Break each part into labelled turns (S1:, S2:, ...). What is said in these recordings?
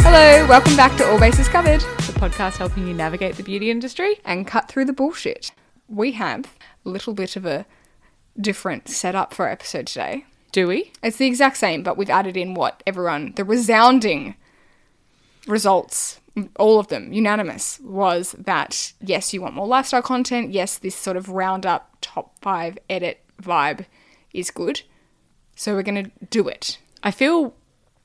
S1: Hello, welcome back to All Bases Covered
S2: the podcast helping you navigate the beauty industry.
S1: and cut through the bullshit. We have a little bit of a different setup for our episode today.
S2: Do we?
S1: It's the exact same, but we've added in what everyone, the resounding results, all of them, unanimous, was that yes, you want more lifestyle content. Yes, this sort of roundup top five edit vibe is good. So we're going to do it.
S2: I feel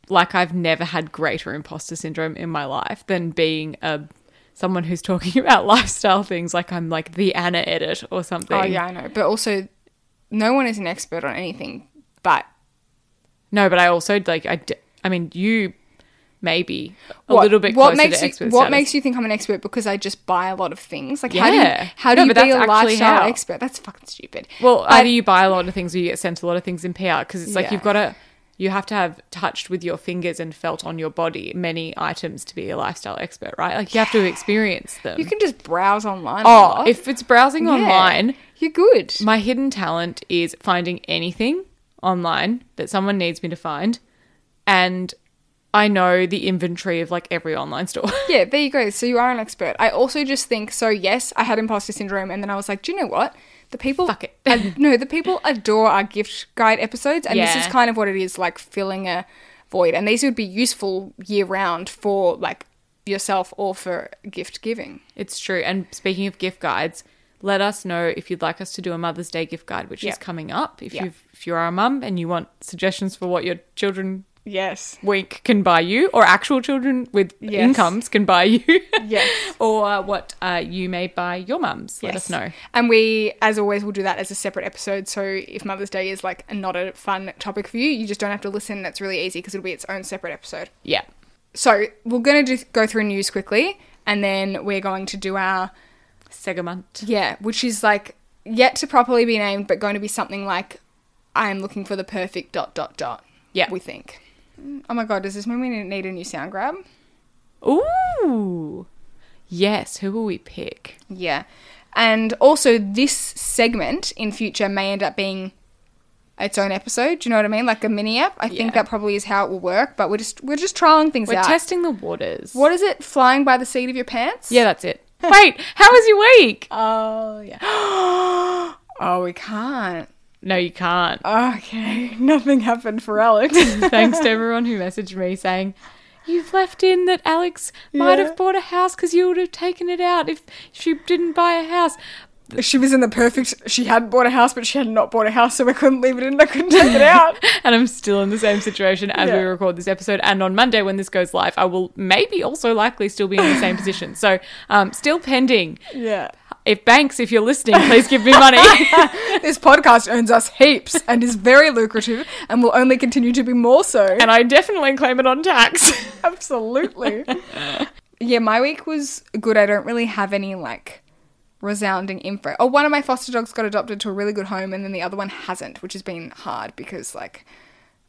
S2: like I've never had greater imposter syndrome in my life than being a someone who's talking about lifestyle things like I'm like the Anna edit or something.
S1: Oh, yeah, I know. But also, no one is an expert on anything, but
S2: No, but I also like I, d- I mean you maybe a
S1: what-
S2: little bit
S1: what
S2: closer
S1: makes
S2: to
S1: you,
S2: expert
S1: what
S2: status.
S1: makes you think I'm an expert because I just buy a lot of things. Like how do you
S2: Yeah.
S1: how do
S2: No,
S1: you
S2: but
S1: be
S2: that's
S1: a
S2: actually
S1: lifestyle
S2: how.
S1: expert? That's fucking stupid.
S2: Well,
S1: I
S2: either you buy a lot of things or you get sent a lot of things in PR because it's like
S1: Yeah.
S2: you've got to you have to have touched with your fingers and felt on your body many items to be a lifestyle expert, right? Like you have to experience them.
S1: you can just browse online. a
S2: oh,
S1: lot.
S2: if it's browsing
S1: Yeah.
S2: online,
S1: you're good.
S2: my hidden talent is finding anything online that someone needs me to find and I know the inventory of like every online store.
S1: Yeah, there you go. So you are an expert. I also just think so. Yes, I had imposter syndrome, and then I was like, do you know what? The people,
S2: Fuck it.
S1: ad- no, the people adore our gift guide episodes, and this
S2: Yeah.
S1: is kind of what it is like filling a void. And these would be useful year round for like yourself or for gift giving.
S2: It's true. And speaking of gift guides, let us know if you'd like us to do a Mother's Day gift guide, which
S1: Yep.
S2: is coming up. If
S1: Yep.
S2: you if you are a mum and you want suggestions for what your children
S1: Yes.
S2: wink can buy you, or actual children with
S1: Yes.
S2: incomes can buy you,
S1: Yes.
S2: or uh, what uh, you may buy your mums, let
S1: Yes.
S2: us know.
S1: And we, as always, will do that as a separate episode. So if Mother's Day is like not a fun topic for you, you just don't have to listen. That's really easy because it'll be its own separate episode.
S2: Yeah,
S1: So we're going to do, go through news quickly, and then we're going to do our
S2: segment.
S1: yeah, which is like yet to properly be named, but going to be something like I am looking for the perfect dot dot dot.
S2: Yeah.
S1: we think. Mm, Oh my god, does this mean we need a new sound grab?
S2: Ooh, yes. Who will we pick?
S1: Yeah, and also this segment in future may end up being its own episode. Do you know what I mean? Like a mini app. I think
S2: Yeah.
S1: that probably is how it will work. But we're just we're just trialing things
S2: We're
S1: out.
S2: testing the waters.
S1: what is it? Flying by the seat of your pants?
S2: Yeah, that's it. Wait, how was your week?
S1: Oh yeah. oh, we can't.
S2: No, you can't.
S1: Okay, nothing happened for Alex.
S2: Thanks to everyone who messaged me saying, You've left in that Alex might
S1: Yeah.
S2: have bought a house because you would have taken it out if she didn't buy a house.
S1: she was in the perfect. She had bought a house, but she had not bought a house, so I couldn't leave it in. I couldn't take it out.
S2: And I'm still in the same situation as
S1: Yeah.
S2: we record this episode. And on Monday, when this goes live, I will maybe also likely still be in the same position. So, um, still pending.
S1: Yeah,
S2: If Banks, if you're listening, please give me money.
S1: this podcast earns us heaps and is very lucrative, and will only continue to be more so.
S2: and I definitely claim it on tax.
S1: Absolutely. yeah, my week was good. I don't really have any like resounding info. Oh, one of my foster dogs got adopted to a really good home, and then the other one hasn't, which has been hard because like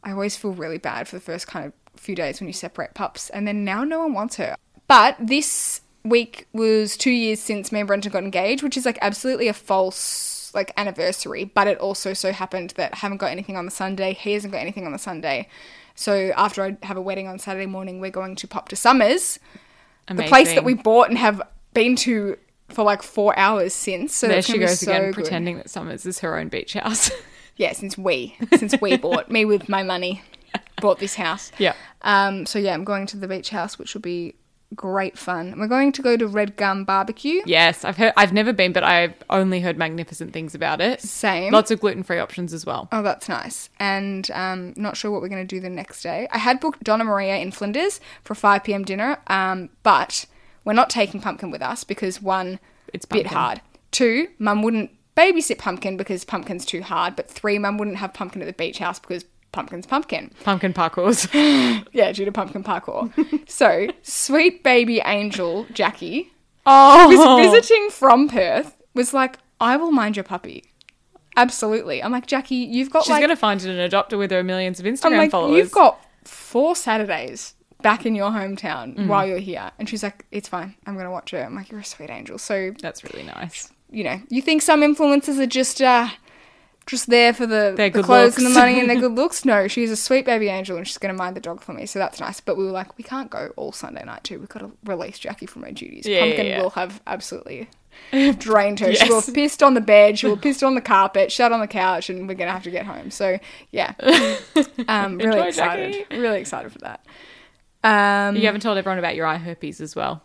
S1: I always feel really bad for the first kind of few days when you separate pups, and then now no one wants her. But this week was two years since me and Brenton got engaged, which is like absolutely a false like anniversary. But it also so happened that I haven't got anything on the Sunday. He hasn't got anything on the Sunday. So after I have a wedding on Saturday morning, we're going to pop to Summers, the place that
S2: Amazing.
S1: we bought and have been to for like four hours since. So
S2: There
S1: that's
S2: she
S1: gonna be
S2: goes
S1: so
S2: again,
S1: good.
S2: pretending that Summers is her own beach house.
S1: Yeah, since we, since we bought me with my money, bought this house.
S2: yeah.
S1: Um, so yeah, I'm going to the beach house, which will be great fun. We're going to go to Red Gum Barbecue.
S2: Yes, I've heard. I've never been, but I've only heard magnificent things about it.
S1: Same.
S2: Lots of gluten free options as well.
S1: Oh, that's nice. And um, not sure what we're going to do the next day. I had booked Donna Maria in Flinders for 5 p.m. dinner, um, but we're not taking Pumpkin with us because one,
S2: It's
S1: bit
S2: Pumpkin.
S1: hard. Two, Mum wouldn't babysit Pumpkin because Pumpkin's too hard. But three, Mum wouldn't have Pumpkin at the beach house because Pumpkin's Pumpkin.
S2: Pumpkin parkours.
S1: Yeah, due to Pumpkin parkour. so, sweet baby angel Jackie
S2: Oh,
S1: was visiting from Perth was like, I will mind your puppy. Absolutely. I'm like, Jackie, you've got
S2: she's
S1: like
S2: gonna find an adopter with her millions of Instagram
S1: I'm like,
S2: followers.
S1: you've got four Saturdays back in your hometown
S2: Mm.
S1: while you're here. And she's like, it's fine. I'm going to watch her. I'm like, you're a sweet angel. So,
S2: That's really nice.
S1: you know, you think some influencers are just uh, just there for the, the
S2: Their good
S1: clothes and the
S2: looks.
S1: money and their good looks. No, she's a sweet baby angel and she's going to mind the dog for me. So that's nice. But we were like, we can't go all Sunday night too. We've got to release Jackie from her duties.
S2: Yeah, yeah,
S1: Pumpkin
S2: yeah.
S1: will have absolutely drained her. She will
S2: Yes.
S1: have pissed on the bed. She will have pissed on the carpet, shat on the couch, and we're going to have to get home. So yeah, um, really
S2: Enjoy,
S1: excited.
S2: Jackie.
S1: Really excited for that. Um,
S2: You haven't told everyone about your eye herpes as well.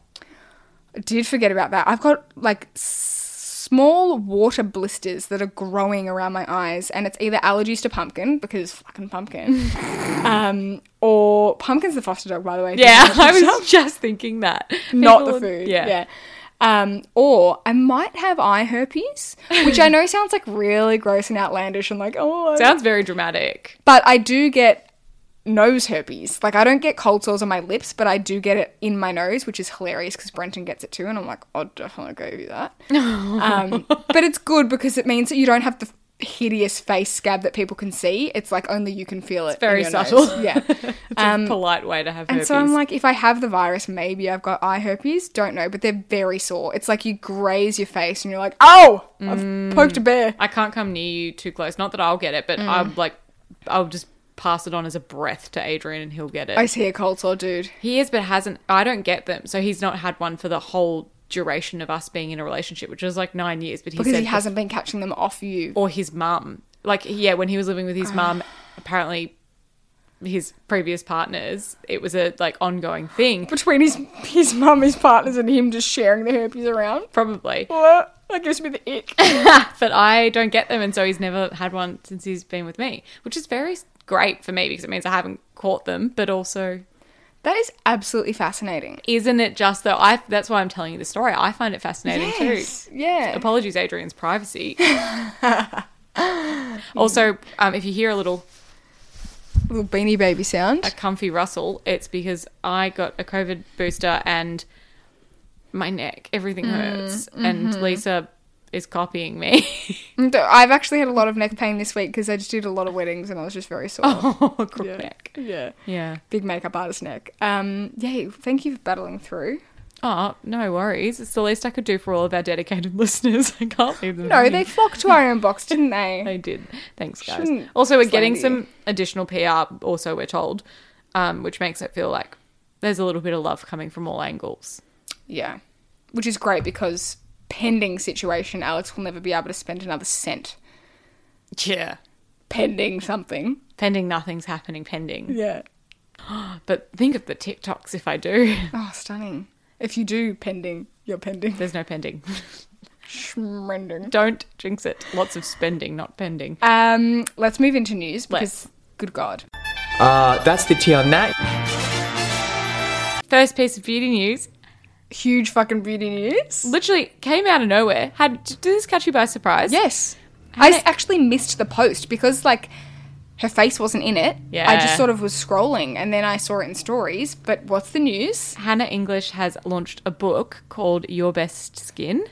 S1: I did forget about that. I've got like s- small water blisters that are growing around my eyes, and it's either allergies to pumpkin because fucking pumpkin, um, or pumpkin's the foster dog, by the way. if you
S2: Yeah,
S1: haven't
S2: I
S1: picked up.
S2: was just thinking that.
S1: not
S2: People-
S1: the food.
S2: Yeah.
S1: yeah. Um, or I might have eye herpes, which I know sounds like really gross and outlandish, and like oh, I
S2: Sounds very dramatic.
S1: but I do get nose herpes. Like I don't get cold sores on my lips, but I do get it in my nose, which is hilarious because Brenton gets it too, and I'm like, I'll definitely go you that. um, but it's good because it means that you don't have the hideous face scab that people can see. It's like only you can feel it. in
S2: very
S1: your nose.
S2: subtle.
S1: Yeah.
S2: It's a polite way to have
S1: Um, And
S2: herpes.
S1: so I'm like, if I have the virus, maybe I've got eye herpes. Don't know, but they're very sore. It's like you graze your face and you're like, oh, I've poked a bear.
S2: I can't come near you too close. Not that I'll get it, but
S1: Mm.
S2: I'm like, I'll just pass it on as a breath to Adrian and he'll get it.
S1: I see a cold sore, dude.
S2: He is, but hasn't. I don't get them. So he's not had one for the whole duration of us being in a relationship, which is like nine years. But he
S1: Because
S2: said
S1: he hasn't been catching them off you.
S2: or his mum. Like, yeah, when he was living with his mum, apparently his previous partners, it was a like ongoing thing,
S1: between his his mum, his partners, and him just sharing the herpes around.
S2: probably.
S1: What? That gives me the ick.
S2: But I don't get them, and so he's never had one since he's been with me, which is very s- great for me because it means I haven't caught them. But also,
S1: that is absolutely fascinating.
S2: isn't it just though? I that's why I'm telling you the story. I find it fascinating too.
S1: Yeah.
S2: Apologies, Adrian's privacy. also, um, if you hear a little
S1: little beanie baby
S2: a
S1: sound.
S2: comfy rustle, it's because I got a COVID booster and my neck, everything hurts, and Lisa is copying me.
S1: And uh, I've actually had a lot of neck pain this week because I just did a lot of weddings and I was just very sore.
S2: oh, crook
S1: yeah.
S2: neck.
S1: Yeah.
S2: Yeah.
S1: Big makeup artist neck. Um, yeah, thank you for battling through.
S2: Oh, no worries. It's the least I could do for all of our dedicated listeners. I can't leave them.
S1: No,
S2: hanging.
S1: they flocked to our inbox, didn't they?
S2: They did. Thanks, guys.
S1: Shouldn't
S2: also, we're
S1: slander
S2: getting
S1: you.
S2: some additional PR. Also, we're told, um, which makes it feel like there's a little bit of love coming from all angles.
S1: Yeah. Which is great because pending situation, Alex will never be able to spend another cent
S2: Yeah.
S1: pending something.
S2: Pending, nothing's happening. Pending.
S1: Yeah.
S2: But think of the TikToks if I do.
S1: Oh, stunning. If you do pending, you're pending.
S2: There's no pending.
S1: Schmending.
S2: Don't jinx it. Lots of spending, not pending.
S1: Um, let's move into news because,
S2: Let's.
S1: good God.
S3: Uh, that's the tea on that.
S2: First piece of beauty news
S1: Huge fucking beauty news.
S2: literally came out of nowhere. Had did this catch you by surprise?
S1: Yes. I s-
S2: it-
S1: actually missed the post because, like, her face wasn't in it. I
S2: Yeah.
S1: just sort of was scrolling and then I saw it in stories. But what's the news?
S2: Hannah English has launched a book called Your Best Skin,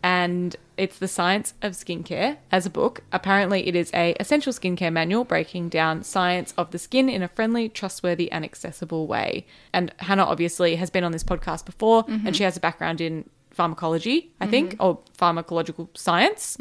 S2: and it's the science of skincare as a book. Apparently, it is a essential skincare manual breaking down science of the skin in a friendly, trustworthy, and accessible way. And Hannah obviously has been on this podcast before, and she has a background in pharmacology, I think, or pharmacological science.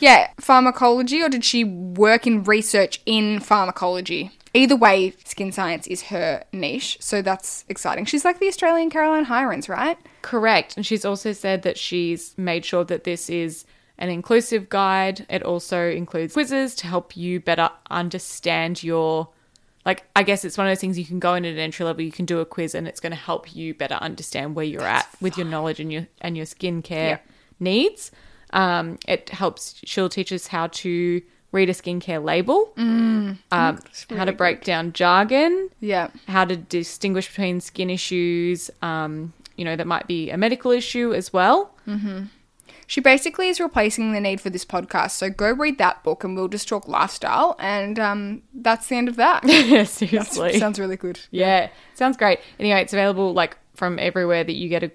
S1: Yeah, pharmacology, or did she work in research in pharmacology? Either way, skin science is her niche, so that's exciting. She's like the Australian Caroline Hirons, right?
S2: Correct. And she's also said that she's made sure that this is an inclusive guide. It also includes quizzes to help you better understand your. Like, I guess it's one of those things you can go in at an entry level, you can do a quiz, and it's going to help you better understand where you're at with your knowledge and your and your
S1: Yeah.
S2: skincare needs. Um, it helps. She'll teach us how to read a skincare label, um, how to break down jargon,
S1: Yeah.
S2: how to distinguish between skin issues, um, you know, that might be a medical issue as well.
S1: She basically is replacing the need for this podcast. So go read that book and we'll just talk lifestyle. And um, that's the end of that.
S2: Yeah, seriously.
S1: Sounds really good.
S2: yeah, sounds great. Anyway, it's available like from everywhere that you get a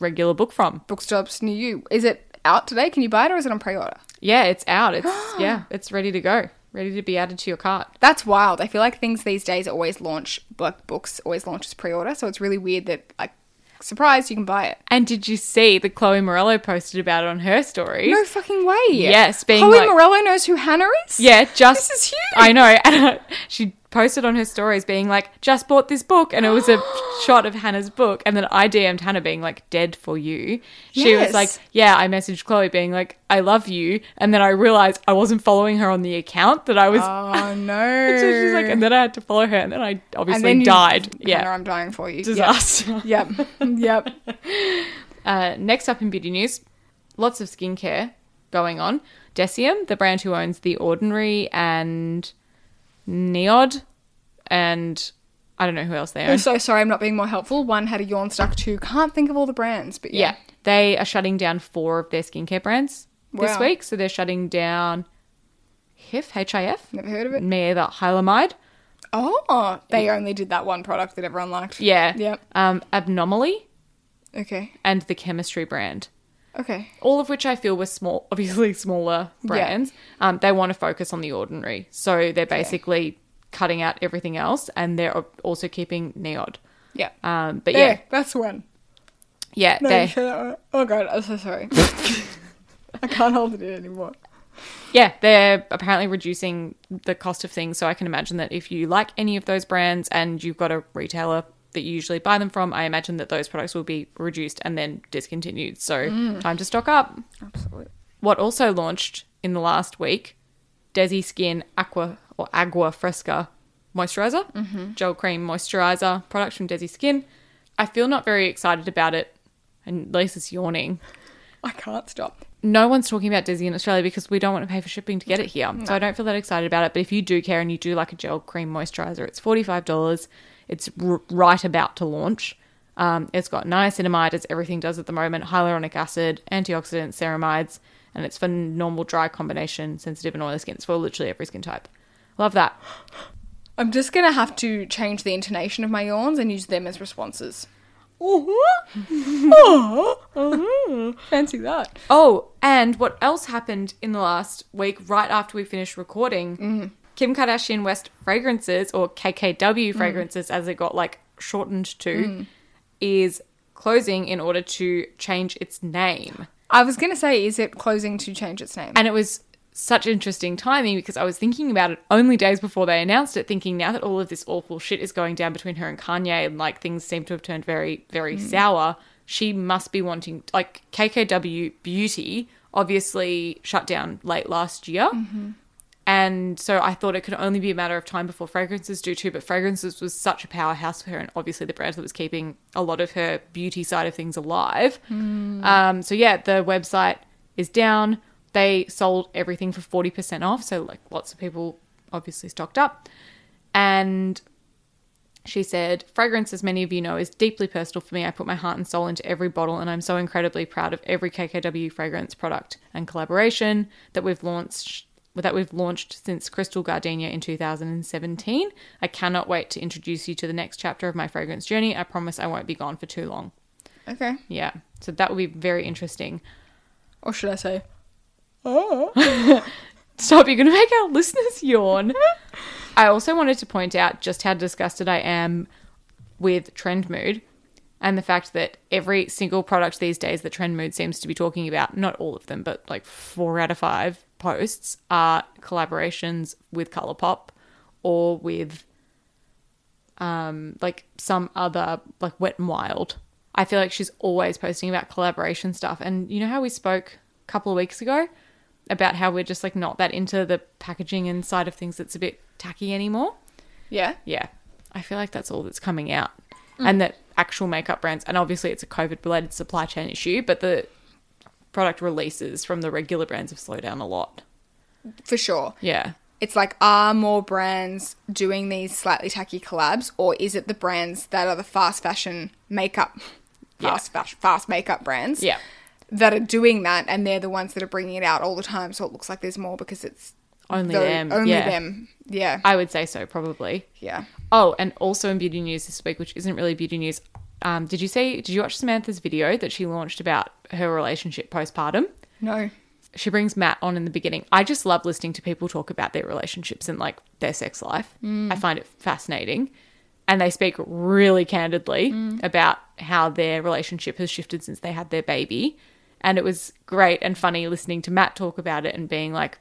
S2: regular book from.
S1: Bookstops near you. Is it out today? Can you buy it or is it on pre order?
S2: Yeah, it's out. It's yeah, it's ready to go, ready to be added to your cart.
S1: That's wild. I feel like things these days always launch, like books always launch as pre order. So it's really weird that, like, surprise, you can buy it.
S2: And did you see that Chloe Morello posted about it on her stories?
S1: No fucking way.
S2: Yes, being
S1: Chloe
S2: like-
S1: Morello knows who Hannah is.
S2: Yeah, just
S1: This is huge.
S2: I know. And uh, she posted on her stories being like, "Just bought this book," and it was a shot of Hannah's book. And then I DM'd Hannah being like, "Dead for you." She
S1: Yes.
S2: was like, "Yeah." I messaged Chloe being like, "I love you," and then I realized I wasn't following her on the account that I was.
S1: Oh no.
S2: so she's like, and then I had to follow her, and then I
S1: And
S2: obviously
S1: then you-
S2: died.
S1: Hannah,
S2: Yeah,
S1: I'm dying for you. Yep.
S2: disaster.
S1: Yep. Yep.
S2: Uh, next up in beauty news, lots of skincare going on. Deciem, the brand who owns The Ordinary and Neod, and I don't know who else they
S1: I'm
S2: own.
S1: so sorry I'm not being more helpful. One had a yawn stuck, two can't think of all the brands, but yeah.
S2: Yeah. They are shutting down four of their skincare brands this
S1: Wow.
S2: week. So they're shutting down HIF, H-I-F,
S1: Never heard of it.
S2: me either, Hyalamide.
S1: Oh, they only did that one product that everyone liked.
S2: Yeah.
S1: Yep.
S2: Um, Abnormally
S1: Okay.
S2: and the Chemistry brand.
S1: Okay.
S2: all of which I feel were small, obviously smaller brands. Um, they want to focus on the ordinary, so they're basically cutting out everything else, and they're al- also keeping Neod.
S1: Yeah.
S2: Um, but
S1: there,
S2: yeah,
S1: that's one.
S2: yeah,
S1: No, you
S2: they,
S1: said that one. Oh god, I'm so sorry. I can't hold it in anymore.
S2: yeah, they're apparently reducing the cost of things. So I can imagine that if you like any of those brands and you've got a retailer that you usually buy them from, I imagine that those products will be reduced and then discontinued. So
S1: Mm.
S2: time to stock up.
S1: Absolutely.
S2: What also launched in the last week, Desi Skin Aqua or Agua Fresca moisturizer, gel cream moisturizer products from Desi Skin. I feel not very excited about it, and Lisa's yawning.
S1: I can't stop.
S2: No one's talking about Desi in Australia because we don't want to pay for shipping to get it here. So I don't feel that excited about it. But if you do care and you do like a gel cream moisturizer, it's $45. It's r- right about to launch. Um, it's got niacinamide, as everything does at the moment, hyaluronic acid, antioxidants, ceramides, and it's for normal, dry, combination, sensitive, and oily skin. It's for literally every skin type. Love that.
S1: I'm just gonna have to change the intonation of my yawns and use them as responses.
S2: Uh-huh.
S1: Uh-huh. Fancy that.
S2: Oh, and what else happened in the last week, right after we finished recording? Kim Kardashian West fragrances, or KKW fragrances, as it got like shortened to, is closing in order to change its name.
S1: I was gonna say, is it closing to change its name?
S2: And it was such interesting timing because I was thinking about it only days before they announced it, thinking now that all of this awful shit is going down between her and Kanye and like things seem to have turned very, very sour, she must be wanting like KKW Beauty obviously shut down late last year. And so I thought it could only be a matter of time before fragrances do too, but fragrances was such a powerhouse for her, and obviously the brand that was keeping a lot of her beauty side of things alive. Um, so yeah, the website is down. They sold everything for forty percent off, so like lots of people obviously stocked up, and she said, Fragrance, as many of you know, is deeply personal for me. I put my heart and soul into every bottle, and I'm so incredibly proud of every KKW fragrance product and collaboration that we've launched that we've launched since Crystal Gardenia in 2017. I cannot wait to introduce you to the next chapter of my fragrance journey. I promise I won't be gone for too long.
S1: okay.
S2: Yeah. So that will be very interesting.
S1: Or should I say,
S2: Stop, you're going to make our listeners yawn. I also wanted to point out just how disgusted I am with Trend Mood and the fact that every single product these days that Trend Mood seems to be talking about, not all of them, but like four out of five posts are collaborations with Colourpop or with um like some other like Wet and Wild. I feel like she's always posting about collaboration stuff. And you know how we spoke a couple of weeks ago about how we're just like not that into the packaging and side of things that's a bit tacky anymore?
S1: yeah?
S2: yeah, I feel like that's all that's coming out. And that actual makeup brands, and obviously it's a COVID related supply chain issue, but the product releases from the regular brands have slowed down a lot.
S1: For sure.
S2: Yeah.
S1: It's like, are more brands doing these slightly tacky collabs, or is it the brands that are the fast fashion makeup,
S2: Yeah.
S1: fast fas- fast makeup brands,
S2: Yeah.
S1: that are doing that, and they're the ones that are bringing it out all the time, so it looks like there's more because it's
S2: Only
S1: tho-
S2: them.
S1: only
S2: yeah.
S1: them, yeah,
S2: I would say so, probably.
S1: yeah.
S2: Oh, and also in beauty news this week, which isn't really beauty news. Um, did you see? Did you watch Samantha's video that she launched about her relationship postpartum?
S1: No,
S2: she brings Matt on in the beginning. I just love listening to people talk about their relationships and like their sex life. I find it fascinating. and they speak really candidly about how their relationship has shifted since they had their baby. And it was great and funny listening to Matt talk about it and being like,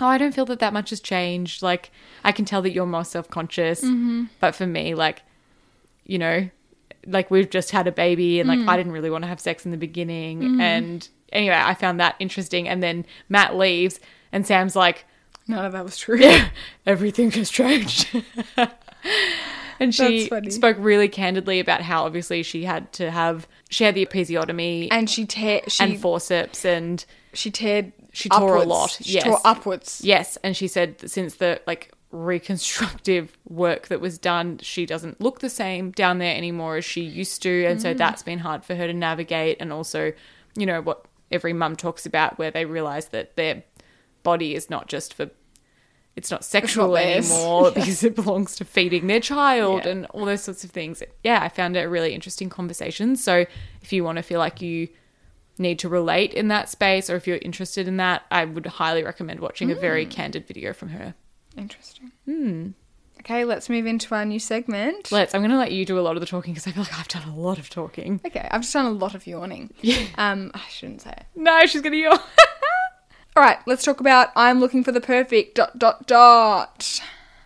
S2: oh, I don't feel that that much has changed. Like, I can tell that you're more self conscious. But for me, like, you know, like we've just had a baby and like
S1: Mm.
S2: I didn't really want to have sex in the beginning. And anyway, I found that interesting. And then Matt leaves and Sam's like,
S1: None of that was true.
S2: everything has changed. and she
S1: That's funny.
S2: spoke really candidly about how obviously she had to have, she had the episiotomy and,
S1: And she tear she
S2: forceps and
S1: she teared
S2: She tore a
S1: upwards.
S2: lot,
S1: She
S2: yes.
S1: tore upwards.
S2: Yes, and she said that since the like reconstructive work that was done, she doesn't look the same down there anymore as she used to, and so that's been hard for her to navigate. And also, you know what every mum talks about, where they realize that their body is not just for it's not sexual
S1: theirs.
S2: anymore because it belongs to feeding their child
S1: Yeah.
S2: and all those sorts of things. Yeah, I found it a really interesting conversation. So if you want to feel like you need to relate in that space or if you're interested in that, I would highly recommend watching a very
S1: Mm.
S2: candid video from her.
S1: Interesting.
S2: Hmm.
S1: Okay, let's move into our new segment.
S2: Let's, I'm going to let you do a lot of the talking because I feel like I've done a lot of talking.
S1: okay, I've just done a lot of yawning. Yeah. Um, I shouldn't say it.
S2: No, she's going to yawn.
S1: All right, let's talk about I'm looking for the perfect dot dot dot.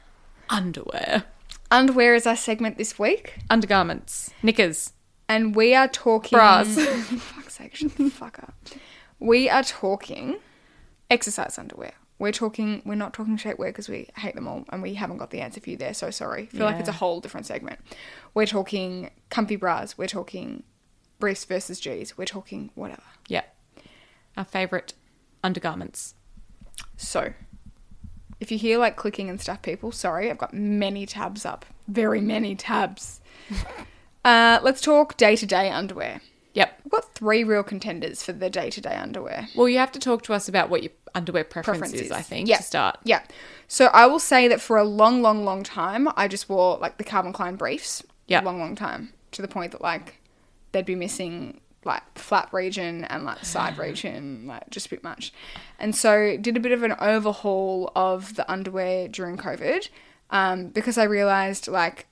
S2: Underwear,
S1: Underwear is our segment this week,
S2: undergarments, knickers,
S1: and we are talking
S2: Bras.
S1: Fuck's sake, shut the fuck up. We are talking exercise underwear. We're talking. We're not talking shapewear because we hate them all, and we haven't got the answer for you there. So sorry. Feel like it's a
S2: Yeah.
S1: whole different segment. We're talking comfy bras. We're talking briefs versus G's. We're talking whatever.
S2: yeah. Our favorite undergarments.
S1: So, if you hear like clicking and stuff, people, sorry, I've got many tabs up. Very many tabs. uh, let's talk day to day underwear.
S2: Yep.
S1: We've got three real contenders for the day to day underwear
S2: Well, you have to talk to us about what your underwear preference,
S1: preferences.
S2: is, I think,
S1: Yeah.
S2: to start.
S1: Yeah. So, I will say that for a long, long, long time, I just wore like the Calvin Klein briefs.
S2: Yeah.
S1: A long, long time to the point that like they'd be missing like flat region and like side region, like just a bit much. And so did a bit of an overhaul of the underwear during COVID um, because I realized like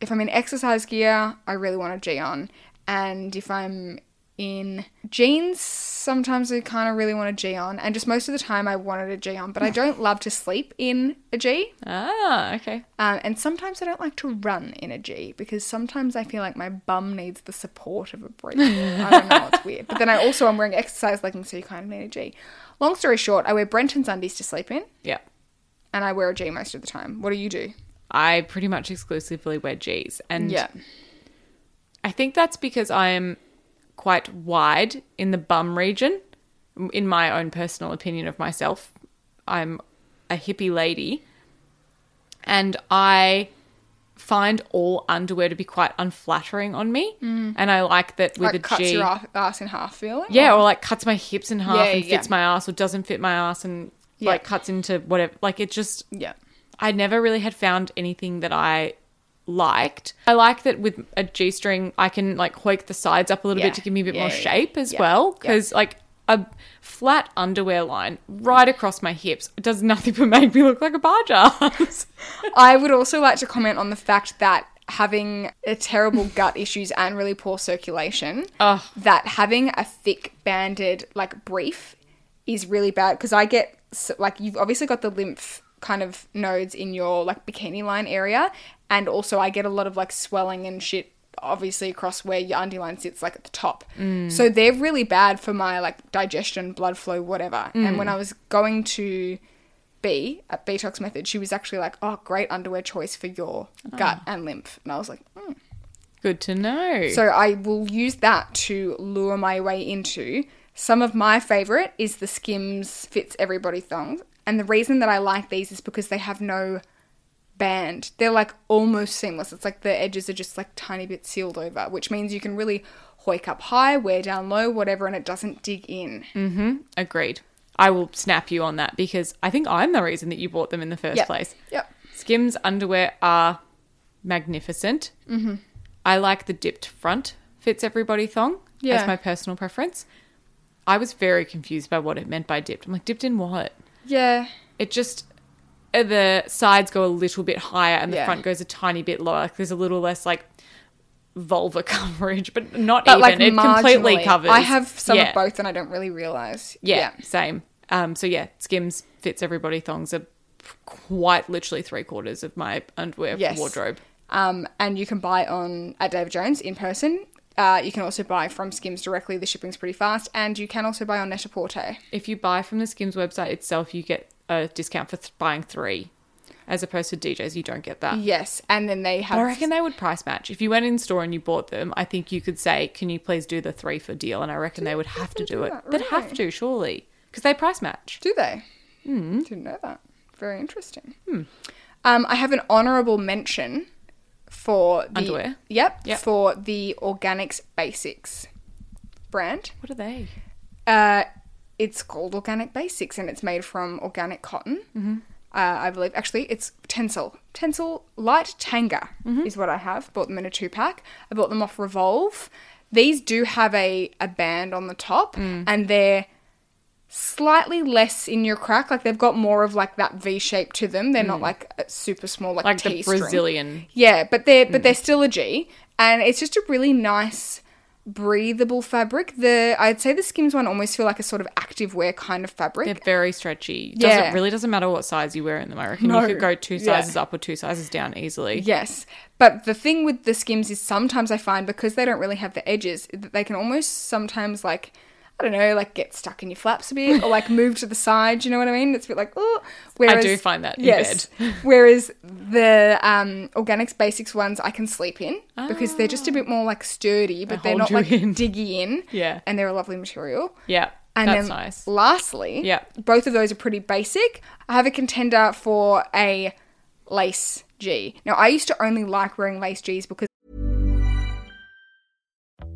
S1: if I'm in exercise gear, I really want a G on. And if I'm in jeans, sometimes I kind of really want a G on. And just most of the time, I wanted a G on, but I don't love to sleep in a G.
S2: Ah, okay.
S1: Um, and sometimes I don't like to run in a G because sometimes I feel like my bum needs the support of a brick. I don't know, it's weird. But then I also am wearing exercise leggings, so you kind of need a G. Long story short, I wear Brenton's undies to sleep in,
S2: Yeah.
S1: and I wear a G most of the time. What do you do?
S2: I pretty much exclusively wear G's. And
S1: Yeah,
S2: I think that's because I'm quite wide in the bum region. In my own personal opinion of myself, I'm a hippie lady. And I find all underwear to be quite unflattering on me. And I like that with
S1: Mm. like
S2: a
S1: cuts
S2: G-
S1: your ar- ass in half, feeling.
S2: Yeah, or like cuts my hips in half
S1: Yeah,
S2: and fits
S1: yeah.
S2: my ass, or doesn't fit my ass and
S1: Yeah.
S2: like cuts into whatever. Like it just,
S1: yeah,
S2: I never really had found anything that I liked. I like that with a G string, I can like hoik the sides up a little
S1: Yeah.
S2: bit to give me a bit
S1: Yeah,
S2: more
S1: yeah,
S2: shape as
S1: yeah.
S2: well.
S1: Yeah.
S2: Because like a flat underwear line right across my hips does nothing but make me look like a bar jars.
S1: I would also like to comment on the fact that having a terrible gut issues and really poor circulation,
S2: Ugh.
S1: that having a thick banded like brief is really bad because I get s- like you've obviously got the lymph kind of nodes in your like bikini line area, and also I get a lot of like swelling and shit. Obviously, across where your undie line sits, like at the top, so they're really bad for my like digestion, blood flow, whatever. And when I was going to B at Betox Method, she was actually like, "Oh, great underwear choice for your
S2: Oh.
S1: gut and lymph," and I was like, mm.
S2: Good to know.
S1: "So I will use that to lure my way into." Some of my favorite is the Skims Fits Everybody thongs, and the reason that I like these is because they have no band. They're like almost seamless. It's like the edges are just like tiny bit sealed over, which means you can really hoik up high, wear down low, whatever, and it doesn't dig in.
S2: Agreed. I will snap you on that because I think I'm the reason that you bought them in the first
S1: Yep.
S2: place.
S1: Yep.
S2: Skims underwear are magnificent. Mm-hmm. I like the dipped front fits everybody thong.
S1: Yeah.
S2: That's my personal preference. I was very confused by what it meant by dipped. I'm like, dipped in what?
S1: Yeah.
S2: It just, uh, the sides go a little bit higher and the
S1: Yeah.
S2: front goes a tiny bit lower. Like, there's a little less like vulva coverage, but not
S1: But
S2: even.
S1: like
S2: it completely
S1: marginally.
S2: covers.
S1: I have some
S2: Yeah.
S1: of both and I don't really realize.
S2: Yeah, same. Um, so yeah, Skims fits everybody. Thongs are quite literally three quarters of my underwear
S1: Yes.
S2: wardrobe.
S1: Um, and you can buy on at David Jones in person. Uh, you can also buy from Skims directly. The shipping's pretty fast, and you can also buy on Net-a-Porter.
S2: If you buy from the Skims website itself, you get a discount for th- buying three, as opposed to DJs, you don't get that.
S1: Yes, and then they have.
S2: I reckon they would price match. If you went in store and you bought them, I think you could say, "Can you please do the three for deal?" And I reckon they would have to do it.
S1: that,
S2: They'd have to surely because they price match.
S1: Do they?
S2: Hmm.
S1: Mm. Didn't know that. Very interesting. Um, I have an honourable mention for the
S2: Underwear?
S1: Yep,
S2: Yep.
S1: for the Organics Basics brand.
S2: What are they?
S1: Uh, it's called Organic Basics, and it's made from organic cotton. Mm-hmm. Uh, I believe actually it's Tencel. Tencel Light Tanga is what I have. Bought them in a two pack. I bought them off Revolve. These do have a a band on the top, and they're slightly less in your crack. Like they've got more of like that V shape to them. They're not like a super small like
S2: Like the
S1: T-string.
S2: Brazilian.
S1: Yeah, but they're
S2: Hmm.
S1: but they're still a G, and it's just a really nice breathable fabric. The I'd say the Skims one almost feel like a sort of active wear kind of fabric.
S2: They're very stretchy.
S1: Yeah.
S2: Doesn't really doesn't matter what size you wear in them. I reckon
S1: No.
S2: you could go two
S1: Yeah.
S2: sizes up or two sizes down easily.
S1: Yes, but the thing with the Skims is sometimes I find because they don't really have the edges that they can almost sometimes like. I don't know, like get stuck in your flaps a bit, or like move to the side. You know what I mean? It's a bit like oh. Whereas,
S2: do find that in
S1: bed. whereas the um, organics basics ones I can sleep in because they're just a bit more like sturdy, but they are
S2: Ah. hold
S1: not
S2: you
S1: like
S2: in.
S1: diggy in.
S2: Yeah.
S1: and they're a lovely material.
S2: Yeah,
S1: And then
S2: that's nice.
S1: lastly,
S2: Yeah.
S1: both of those are pretty basic. I have a contender for a lace G. Now, I used to only like wearing lace Gs because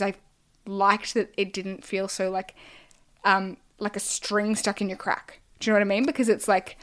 S1: I liked that it didn't feel so like um, like a string stuck in your crack. Do you know what I mean? Because it's like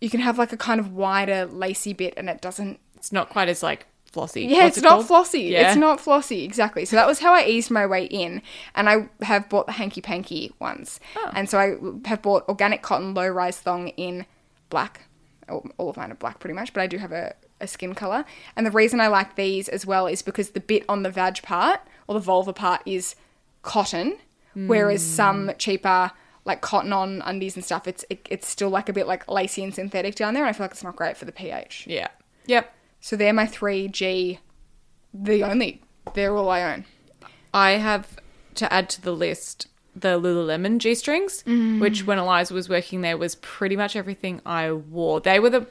S1: you can have like a kind of wider lacy bit and it doesn't
S2: It's not quite as like flossy.
S1: Yeah,
S2: What's
S1: it's
S2: it
S1: not
S2: called?
S1: flossy.
S2: Yeah.
S1: It's not flossy, exactly. So that was how I eased my way in. And I have bought the hanky panky ones.
S2: Oh.
S1: And so I have bought organic cotton low rise thong in black. All all of mine are black pretty much, but I do have a, a skin color. And the reason I like these as well is because the bit on the vag part or the vulva part is cotton, whereas
S2: Hmm.
S1: some cheaper. Like cotton on undies and stuff, it's it, it's still like a bit like lacy and synthetic down there, and I feel like it's not great for the pH.
S2: Yeah. Yep.
S1: So they're my three G. The only. They're all I own.
S2: I have to add to the list the Lululemon G strings, which when Eliza was working there was pretty much everything I wore. They were the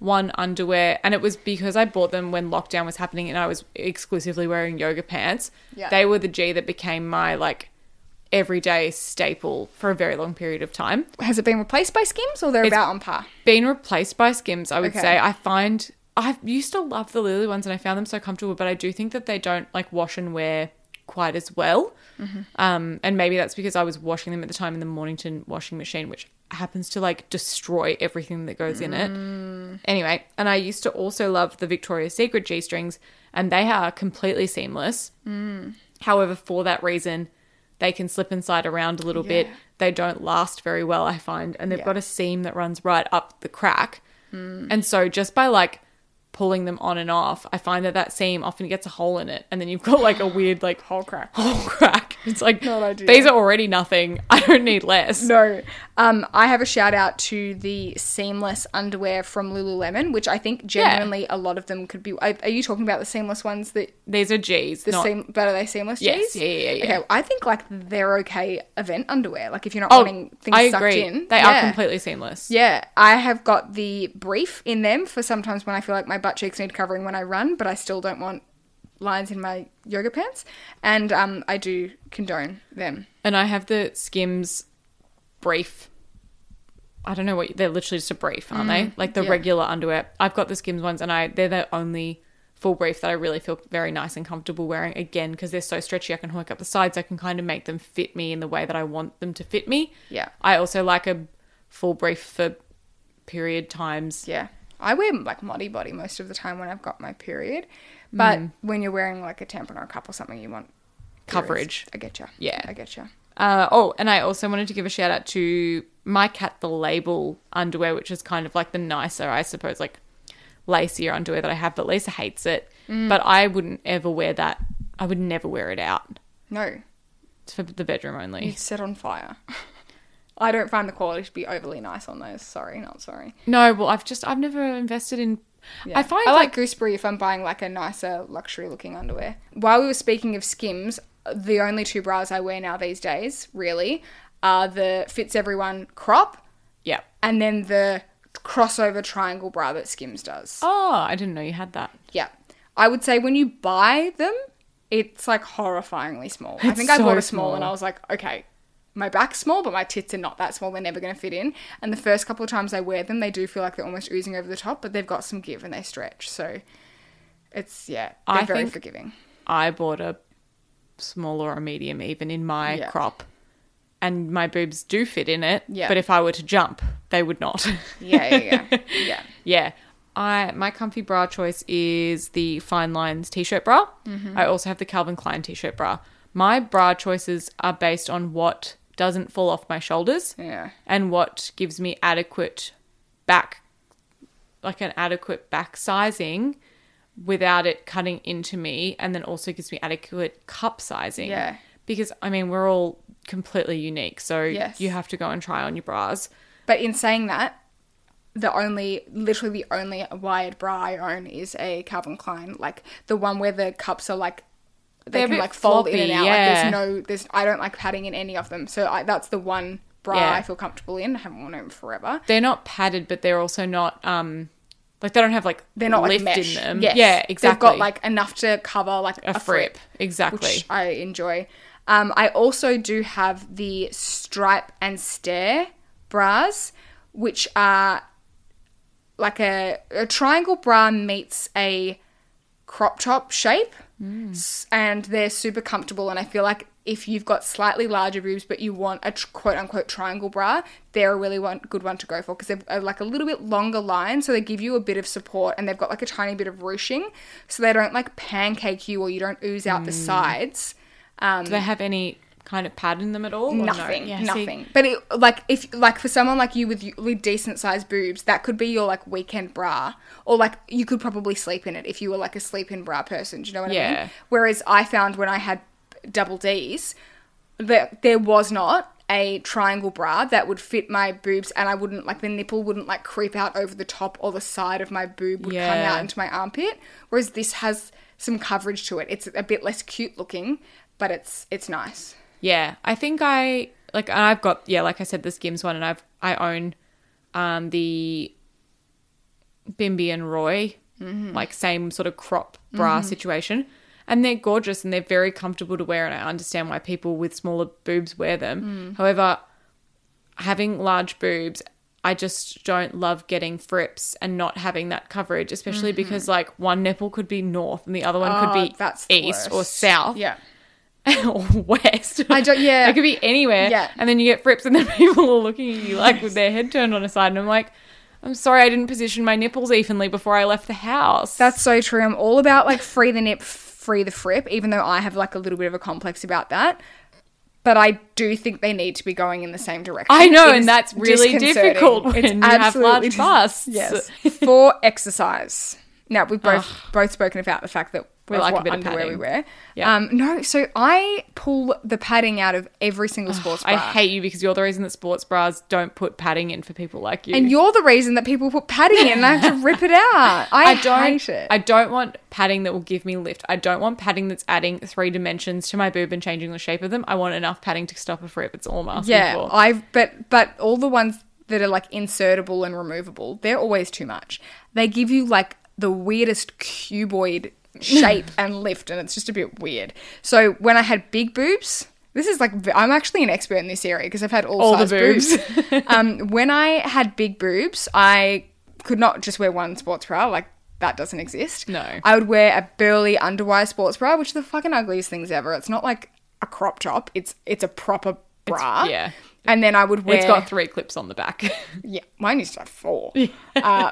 S2: one underwear, and it was because I bought them when lockdown was happening and I was exclusively wearing yoga pants.
S1: Yeah.
S2: They were the G that became my like everyday staple for a very long period of time.
S1: Has it been replaced by Skims or they're about on par?
S2: been replaced by Skims, I would
S1: Okay.
S2: say. I find I used to love the Lily ones and I found them so comfortable, but I do think that they don't like wash and wear quite as well. Um, and maybe that's because I was washing them at the time in the Mornington washing machine, which happens to like destroy everything that goes in it. Anyway, and I used to also love the Victoria's Secret G strings, and they are completely seamless. However, for that reason, they can slip and slide around a little bit. They don't last very well, I find, and they've got a seam that runs right up the crack.
S1: Hmm.
S2: And so, just by like pulling them on and off, I find that that seam often gets a hole in it, and then you've got like a weird like hole crack, hole crack, It's like
S1: Not ideal.
S2: these are already nothing. I don't need less.
S1: No. Um, I have a shout out to the seamless underwear from Lululemon, which I think genuinely a lot of them could be. Are, are you talking about the seamless ones that
S2: These are G's.
S1: the
S2: not-
S1: seam? But are they seamless?
S2: Yes,
S1: J's?
S2: yeah, yeah, yeah, yeah.
S1: Okay. I think like they're okay event underwear. Like if you're not
S2: oh,
S1: wanting things
S2: I
S1: sucked
S2: agree.
S1: in,
S2: They are
S1: Yeah.
S2: completely seamless.
S1: Yeah, I have got the brief in them for sometimes when I feel like my butt cheeks need covering when I run, but I still don't want lines in my yoga pants, and um, I do condone them.
S2: And I have the Skims brief. I don't know what they're literally just a brief, aren't they? Like the regular underwear. I've got the Skims ones, and I they're the only full brief that I really feel very nice and comfortable wearing again because they're so stretchy. I can hook up the sides. I can kind of make them fit me in the way that I want them to fit me.
S1: Yeah.
S2: I also like a full brief for period times.
S1: Yeah. I wear like Moddy Body most of the time when I've got my period. But
S2: Mm.
S1: when you're wearing like a tampon or a cup or something, you want
S2: Coverage.
S1: periods. I get you.
S2: Yeah.
S1: I get you.
S2: Uh, oh, and I also wanted to give a shout out to my cat, the label underwear, which is kind of like the nicer, I suppose, like lacier underwear that I have. But Lisa hates it.
S1: Mm.
S2: But I wouldn't ever wear that. I would never wear it out.
S1: No,
S2: It's for the bedroom only.
S1: you'd set on fire. I don't find the quality to be overly nice on those. Sorry, not sorry.
S2: No, well, I've just I've never invested in. I find
S1: I like
S2: like,
S1: Gooseberry if I'm buying like a nicer luxury looking underwear. While we were speaking of skims, the only two bras I wear now these days, really, are the Fits Everyone crop
S2: yeah.
S1: and then the crossover triangle bra that Skims does.
S2: Oh, I didn't know you had that.
S1: Yeah. I would say when you buy them, it's like horrifyingly small. I think I
S2: so
S1: bought a small, and
S2: small.
S1: I was like, okay, my back's small, but my tits are not that small. They're never going to fit in. And the first couple of times I wear them, they do feel like they're almost oozing over the top, but they've got some give and they stretch. So it's, yeah, they're
S2: I
S1: very
S2: think-
S1: forgiving.
S2: I bought a small or a medium, even in my
S1: Yeah.
S2: crop, and my boobs do fit in it.
S1: Yeah.
S2: But if I were to jump, they would not.
S1: Yeah, yeah, yeah. yeah.
S2: Yeah. I my comfy bra choice is the Fine Lines t-shirt bra.
S1: Mm-hmm.
S2: I also have the Calvin Klein t-shirt bra. My bra choices are based on what doesn't fall off my shoulders
S1: Yeah.
S2: and what gives me adequate back like an adequate back sizing without it cutting into me and then also gives me adequate cup sizing.
S1: Yeah.
S2: Because I mean we're all completely unique. So
S1: Yes.
S2: you have to go and try on your bras.
S1: But in saying that, the only, literally the only wired bra I own is a Calvin Klein, like the one where the cups are like they
S2: They're a
S1: can
S2: bit
S1: like fold in
S2: floppy,
S1: and out.
S2: yeah.
S1: Like there's no, there's I don't like padding in any of them. So I, that's the one bra
S2: Yeah.
S1: I feel comfortable in. I haven't worn them forever.
S2: they're not padded, but they're also not um like they don't have like
S1: They're not
S2: lift
S1: like mesh.
S2: in them.
S1: Yes.
S2: Yeah, exactly.
S1: They've got like enough to cover like
S2: a, frip. Exactly.
S1: which I enjoy. Um, I also do have the stripe and stare bras, which are like a, a triangle bra meets a crop top shape, S- and they're super comfortable. And I feel like if you've got slightly larger boobs but you want a tr- quote unquote triangle bra, they're a really one, good one to go for because they're uh, like a little bit longer line, so they give you a bit of support, and they've got like a tiny bit of ruching, so they don't like pancake you or you don't ooze out the sides.
S2: Do they have any kind of pad in them at all? or no?
S1: Nothing,
S2: Yeah, see,
S1: nothing. But it, like if like for someone like you with really decent sized boobs, that could be your like weekend bra, or like you could probably sleep in it if you were like a sleep in bra person. Do you know what I
S2: Yeah.
S1: mean? Whereas I found when I had double D's, that there was not a triangle bra that would fit my boobs, and I wouldn't like the nipple wouldn't like creep out over the top or the side of my boob would come
S2: Yeah.
S1: out into my armpit. Whereas this has some coverage to it. It's a bit less cute looking, but it's it's nice.
S2: Yeah, I think I like and I've got yeah, like I said, the Skims one, and I've I own um the Bimbi and Roy,
S1: Mm-hmm.
S2: like same sort of crop bra situation, and they're gorgeous and they're very comfortable to wear, and I understand why people with smaller boobs wear them.
S1: Mm.
S2: However, having large boobs. I just don't love getting frips and not having that coverage,
S1: Mm-hmm.
S2: especially because like one nipple could be north and the other one could be
S1: Oh, that's the
S2: east or
S1: worst.
S2: south
S1: Yeah.
S2: or west.
S1: I don't- yeah.
S2: it could be anywhere.
S1: Yeah.
S2: and then you get frips, and then people are looking at you like with their head turned on a side, and I'm like, I'm sorry, I didn't position my nipples evenly before I left the house.
S1: That's so true. I'm all about like free the nip, free the frip, even though I have like a little bit of a complex about that. But I do think they need to be going in the same direction.
S2: I know,
S1: It
S2: and
S1: is
S2: that's really
S1: disconcerting.
S2: difficult when you have large
S1: dis-
S2: busts.
S1: Yes. For exercise. Now we've both both spoken about the fact that We
S2: like a
S1: what
S2: bit of
S1: underwear we
S2: padding.
S1: wear.
S2: Yeah.
S1: Um, no, so I pull the padding out of every single sports bra.
S2: I hate you because you're the reason that sports bras don't put padding in for people like you.
S1: and you're the reason that people put padding in and I have to rip it out. I,
S2: I don't
S1: hate it.
S2: I don't want padding that will give me lift. I don't want padding that's adding three dimensions to my boob and changing the shape of them. I want enough padding to stop a rip. It's all I'm asking
S1: yeah,
S2: for.
S1: I but but all the ones that are like insertable and removable, they're always too much. They give you like the weirdest cuboid shape and lift, and it's just a bit weird. So when I had big boobs, this is like v- I'm actually an expert in this area because I've had all,
S2: All the
S1: size boobs. um, when I had big boobs, I could not just wear one sports bra like. That doesn't exist.
S2: No.
S1: I would wear a burly underwire sports bra, which are the fucking ugliest things ever. It's not like a crop top. It's it's a proper bra.
S2: yeah.
S1: And then I would wear.
S2: It's got three clips on the back.
S1: Yeah, mine used to have four. uh,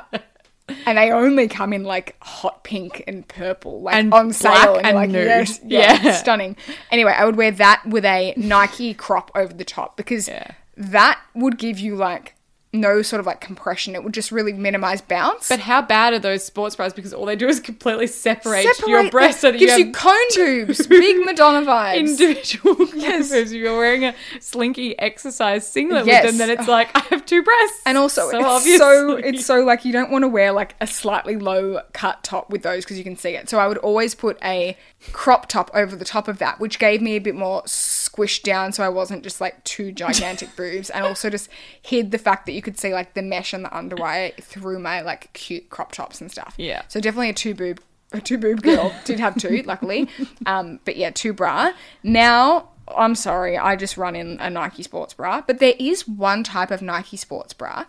S1: and they only come in like hot pink and purple, like
S2: And
S1: on sale.
S2: black
S1: you're
S2: and
S1: like,
S2: nude.
S1: Yes, yeah,
S2: Yeah.
S1: stunning. Anyway, I would wear that with a Nike crop over the top because
S2: Yeah.
S1: that would give you like no sort of like compression. It would just really minimize bounce.
S2: but how bad are those sports bras? Because all they do is completely separate,
S1: the-
S2: your breasts. so that
S1: gives
S2: you,
S1: you,
S2: have
S1: cone tubes, big Madonna vibes.
S2: individual yes. boobs. If you're wearing a slinky exercise singlet
S1: Yes.
S2: with them, then it's like I have two breasts.
S1: And also, it's so
S2: obviously-
S1: it's so like you don't want to wear like a slightly low cut top with those because you can see it. So I would always put a crop top over the top of that, which gave me a bit more squished down, so I wasn't just like two gigantic boobs, and also just hid the fact that you could see like the mesh and the underwire through my like cute crop tops and stuff.
S2: Yeah.
S1: So definitely a two boob, a two boob girl did have two, luckily. Um, but yeah, two bra. Now I'm sorry, I just run in a Nike sports bra, but there is one type of Nike sports bra.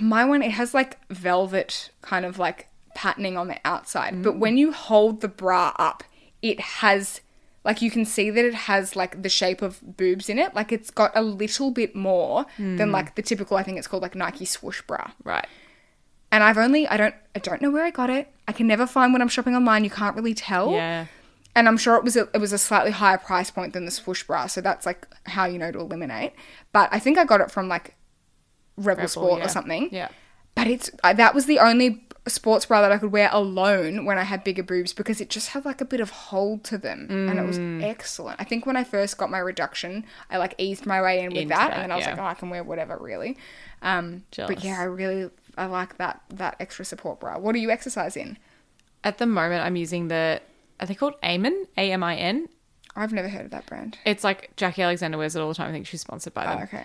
S1: My one, it has like velvet kind of like patterning on the outside,
S2: Mm.
S1: but when you hold the bra up, it has like you can see that it has like the shape of boobs in it. Like it's got a little bit more than
S2: Mm.
S1: like the typical. I think it's called like Nike swoosh bra
S2: right.
S1: and I've only I don't I don't know where I got it. I can never find when I'm shopping online. You can't really tell.
S2: Yeah.
S1: And I'm sure it was a, it was a slightly higher price point than the swoosh bra, so that's like how you know to eliminate. But I think I got it from like Rebel, Sport
S2: yeah.
S1: or something.
S2: Yeah.
S1: But it's I- that was the only sports bra that I could wear alone when I had bigger boobs because it just had like a bit of hold to them and it was
S2: Mm.
S1: excellent. I think when I first got my reduction, I like eased my way in with
S2: Into
S1: that,
S2: that,
S1: and then I was
S2: yeah.
S1: like, oh, I can wear whatever really. Um, but
S2: Jealous.
S1: yeah, I really I like that that extra support bra. What do you exercise in?
S2: At the moment, I'm using the are they called Amin? A M I N.
S1: I've never heard of that brand.
S2: It's like Jackie Alexander wears it all the time. I think she's sponsored by them.
S1: Oh, Okay.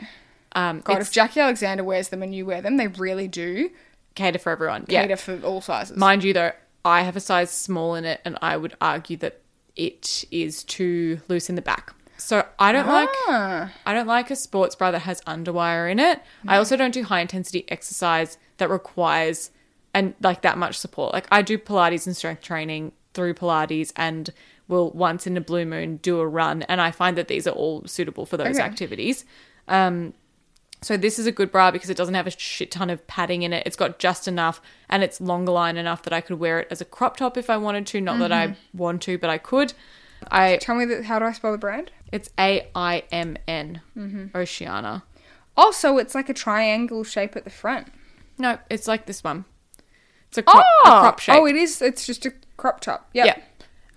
S2: Um,
S1: God,
S2: it's
S1: if Jackie Alexander wears them and you wear them, they really do
S2: cater for everyone.
S1: cater
S2: yeah.
S1: for all sizes.
S2: Mind you, though, I have a size small in it, and I would argue that it is too loose in the back. So I don't like I don't like a sports bra that has underwire in it. I also don't do high intensity exercise that requires and like that much support. Like I do Pilates and strength training through Pilates and will once in a blue moon do a run and I find that these are all suitable for those
S1: Okay.
S2: activities. Um so this is a good bra because it doesn't have a shit ton of padding in it. It's got just enough and it's longer line enough that I could wear it as a crop top if I wanted to. Not that I
S1: Mm-hmm.
S2: want to, but I could. I
S1: Tell me that, how do I spell the brand?
S2: it's A I M N
S1: Mm-hmm.
S2: Oceana.
S1: Also, Oh, it's like a triangle shape at the front.
S2: No, it's like this one. It's a crop, a crop shape.
S1: oh, it is. It's just a crop top. Yep.
S2: Yeah.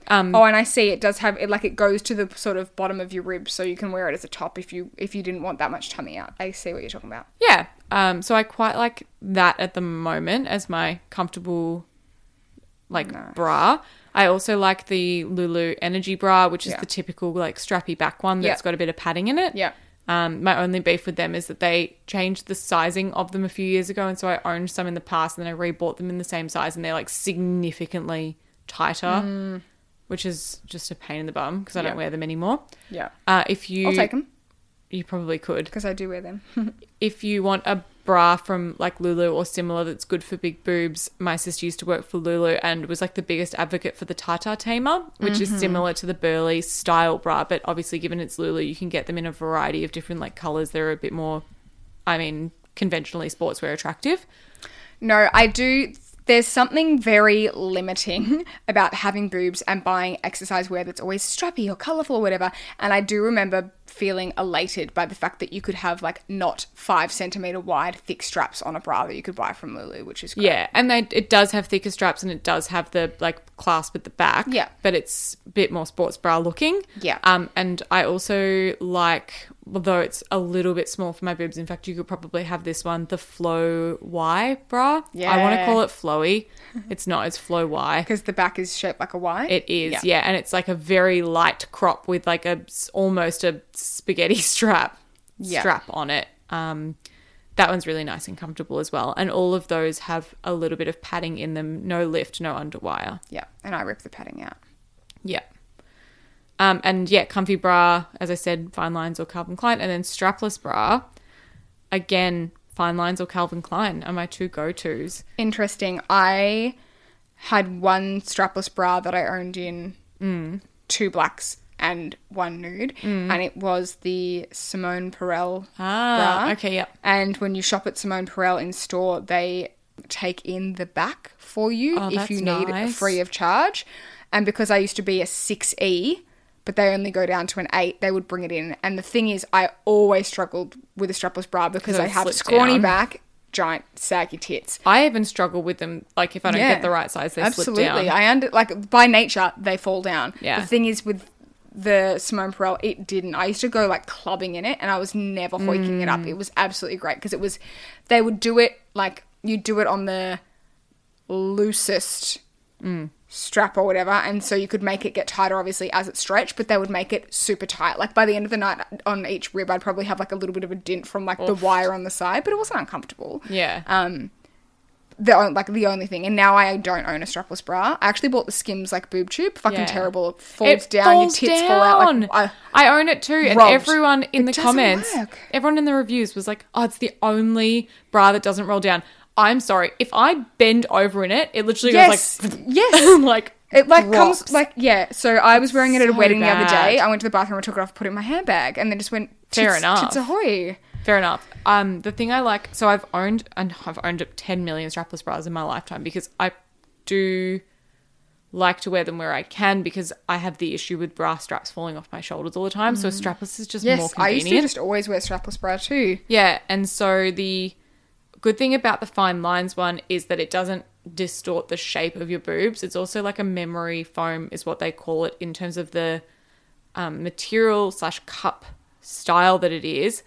S2: Um,
S1: Oh, and I see. It does have it like it goes to the sort of bottom of your ribs, so you can wear it as a top if you if you didn't want that much tummy out. I see what you're talking about.
S2: Yeah. Um, so I quite like that at the moment as my comfortable like bra. I also like the Lulu Energy bra, which is
S1: Yeah.
S2: the typical like strappy back one that's
S1: Yeah.
S2: got a bit of padding in it.
S1: Yeah.
S2: Um, my only beef with them is that they changed the sizing of them a few years ago, and so I owned some in the past, and then I rebought them in the same size, and they're like significantly tighter, which is just a pain in the bum because I
S1: Mm. Yeah.
S2: don't wear them anymore.
S1: Yeah.
S2: Uh, if you,
S1: I'll take them
S2: You probably could
S1: because I do wear them.
S2: if you want a bra from like Lulu or similar that's good for big boobs, my sister used to work for Lulu and was like the biggest advocate for the Tata Tamer, which is similar to the Burley style bra, but obviously given it's Lulu, you can get them in a variety of different like colors. They're a bit more, I mean, conventionally sportswear attractive.
S1: No, I do. There's something very limiting about having boobs and buying exercise wear that's always strappy or colourful or whatever. And I do remember feeling elated by the fact that you could have like not five centimeter wide thick straps on a bra that you could buy from Lulu, which is great.
S2: Yeah, and they, it does have thicker straps and it does have the like clasp at the back.
S1: Yeah.
S2: but it's a bit more sports bra looking.
S1: Yeah.
S2: Um, and I also like, although it's a little bit small for my boobs. In fact, you could probably have this one, the Flow Y bra. I want to
S1: Yeah.
S2: call it flowy. It's not. It's Flow Y.
S1: because the back is shaped like a Y.
S2: It is, yeah. and it's like a very light crop with like a s- almost a spaghetti strap
S1: Yeah.
S2: strap on it. Um, that one's really nice and comfortable as well. And all of those have a little bit of padding in them, no lift, no underwire.
S1: Yeah, and I rip the padding out.
S2: Yeah. Um, and yeah, comfy bra, as I said, fine lines or Calvin Klein, and then strapless bra, again, fine lines or Calvin Klein are my two go tos.
S1: Interesting. I had one strapless bra that I owned in
S2: Mm.
S1: two blacks and one nude, and it was the Simone Perel
S2: Ah,
S1: bra.
S2: okay, yep.
S1: And when you shop at Simone Perel in store, they take in the back for you
S2: Oh,
S1: if
S2: that's
S1: you need it
S2: nice.
S1: free of charge. And because I used to be a 6E, but they only go down to an 8, they would bring it in. And the thing is, I always struggled with a strapless bra because
S2: Because
S1: I
S2: it
S1: have
S2: slipped
S1: scrawny
S2: down.
S1: back, giant, saggy tits.
S2: I even struggle with them, like if I don't
S1: Yeah.
S2: get the right size, they
S1: Absolutely.
S2: slip down.
S1: I under like by nature they fall down.
S2: Yeah.
S1: The thing is with the Simone Perel, it didn't. I used to go like clubbing in it, and I was never hoiking it
S2: Mm.
S1: up. It was absolutely great because it was. They would do it like you do it on the loosest
S2: Mm.
S1: strap or whatever, and so you could make it get tighter, obviously as it stretched. But they would make it super tight. Like by the end of the night, on each rib, I'd probably have like a little bit of a dent from like the wire on the side, but it wasn't uncomfortable
S2: yeah.
S1: the on- like the only thing. And now I don't own a strapless bra. I actually bought the Skims like boob tube. Fucking
S2: Yeah.
S1: terrible. It falls down. your tits fall out.
S2: down.
S1: Like, I-
S2: I, own it too, and
S1: rolled.
S2: everyone in
S1: It
S2: the
S1: doesn't
S2: comments,
S1: work.
S2: everyone in the reviews was like, "Oh, it's the only bra that doesn't roll down." I'm sorry, if I bend over in it, it literally
S1: yes,
S2: goes like,
S1: yes.
S2: like
S1: It like
S2: drops.
S1: comes like yeah. So I was wearing it at a
S2: so
S1: wedding the other day.
S2: bad.
S1: I went to the bathroom, I took it off, put it in my handbag, and then just went
S2: Fair
S1: tits,
S2: enough.
S1: Tits ahoy!
S2: Fair enough. Um, the thing I like, so I've owned and I've owned up ten million strapless bras in my lifetime because I do like to wear them where I can because I have the issue with bra straps falling off my shoulders all the time. So strapless is just more
S1: Mm. Yes,
S2: convenient.
S1: I used to just always wear strapless bra too.
S2: Yeah, and so the good thing about the fine lines one is that it doesn't distort the shape of your boobs. It's also like a memory foam is what they call it in terms of the um, material slash cup style that it is.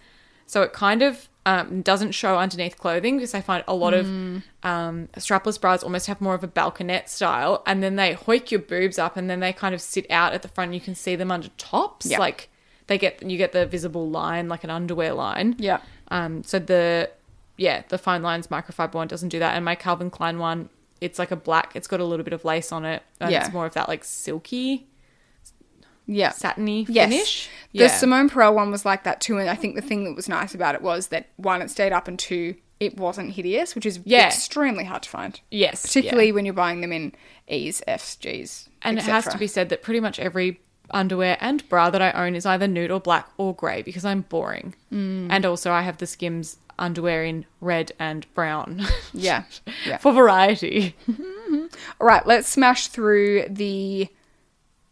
S2: So it kind of um, doesn't show underneath clothing because I find a lot
S1: Mm.
S2: of um, strapless bras almost have more of a balconette style, and then they hoik your boobs up, and then they kind of sit out at the front. You can see them under tops,
S1: Yeah.
S2: like they get you get the visible line, like an underwear line.
S1: Yeah.
S2: Um, so the yeah, the fine lines microfiber one doesn't do that, and my Calvin Klein one, it's like a black. It's got a little bit of lace on it, and
S1: Yeah.
S2: it's more of that like silky,
S1: Yeah,
S2: satiny
S1: Yes.
S2: finish.
S1: The Simone Perel one was like that too, and I think the thing that was nice about it was that one, it stayed up, and two, it wasn't hideous, which is
S2: Yeah.
S1: extremely hard to find.
S2: Yes,
S1: particularly
S2: yeah.
S1: when you're buying them in E's, F's, G's,
S2: and it has to be said that pretty much every underwear and bra that I own is either nude or black or grey because I'm boring,
S1: Mm.
S2: and also I have the Skims underwear in red and brown
S1: yeah. yeah.
S2: for variety.
S1: All right, let's smash through the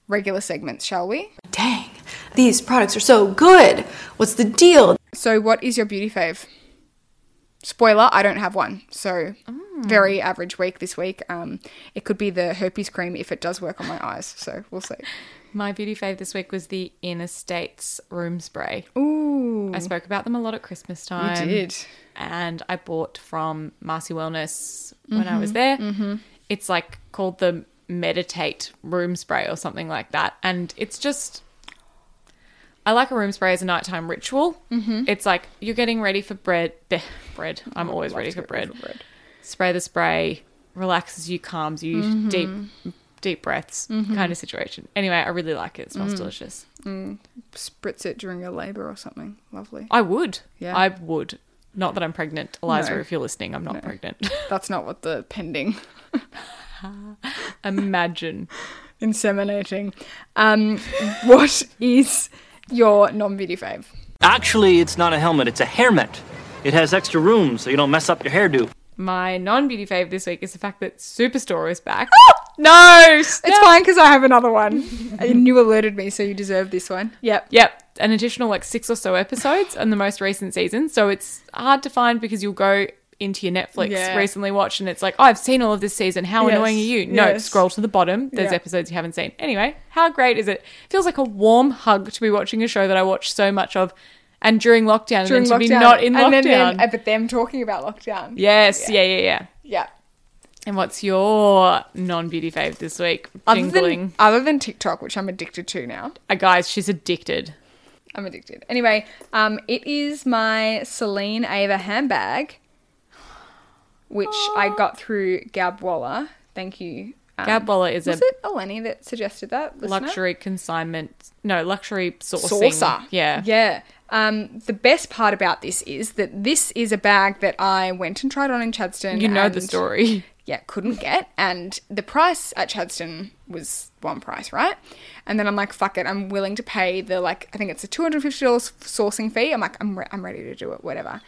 S1: regular segments, shall we?
S4: Dang, these products are so good. What's the deal?
S1: So, what is your beauty fave? Spoiler: I don't have one, so
S2: Mm.
S1: very average week this week. Um, it could be the herpes cream if it does work on my eyes, so we'll see.
S2: My beauty fave this week was the Inner States room spray. Ooh. I spoke about them a lot at Christmas time.
S1: did.
S2: And I bought from Marcy Wellness when I was there. Mm-hmm. It's like called the Meditate room spray or something like that. And it's just. I like a room spray as a nighttime ritual. Mm-hmm. Oh, It's like you're getting ready for bread. Be- bread. I'm always ready for bread. Spray the spray, relaxes you, calms you,
S1: Mm-hmm.
S2: deep, deep breaths kind of situation. Anyway, I really like it. It
S1: Mm.
S2: smells delicious.
S1: Spritz it during your labor or something. Lovely.
S2: I would.
S1: Yeah.
S2: I would. Not that I'm pregnant, Eliza.
S1: No.
S2: If you're listening, I'm not pregnant.
S1: That's not what the pending
S2: Imagine.
S1: inseminating. Um, what is your non-beauty fave?
S5: Actually, it's not a helmet, it's a hairnet. It has extra room so you don't mess up your hairdo.
S2: My non-beauty fave this week is the fact that Superstore is back. no,
S1: It's fine because I have another one. and you alerted me, so you deserve this one. Yep.
S2: Yep. an additional like six or so episodes in the most recent season. So it's hard to find because you'll go into your Netflix
S1: Yeah.
S2: recently watch and it's like, oh, I've seen all of this season. How
S1: Yes.
S2: annoying are you? No,
S1: Yes.
S2: scroll to the bottom. There's
S1: Yeah.
S2: episodes you haven't seen. Anyway, how great is it? Feels like a warm hug to be watching a show that I watched so much of and during lockdown
S1: during
S2: and then to
S1: lockdown.
S2: be not in
S1: and
S2: lockdown.
S1: then, then uh, but them talking about lockdown.
S2: yes, yeah, yeah, yeah.
S1: yeah.
S2: And what's your non beauty fave this week?
S1: Other
S2: Jingling.
S1: than, other than TikTok, which I'm addicted to now.
S2: Uh, guys, she's addicted.
S1: I'm addicted. Anyway, um, it is my Celine Ava handbag, which I got through Gab Waller. Thank you. Um,
S2: Gab Waller is
S1: was
S2: a-
S1: it Eleni that suggested that? listener?
S2: Luxury consignment. No, luxury sourcing.
S1: saucer.
S2: Yeah.
S1: Yeah. Um, the best part about this is that this is a bag that I went and tried on in Chadstone.
S2: You know the
S1: and-
S2: story.
S1: yeah, couldn't get. And the price at Chadston was one price, right? And then I'm like, fuck it, I'm willing to pay the like, I think it's a two hundred fifty dollars sourcing fee. I'm like, I'm re- I'm ready to do it, whatever.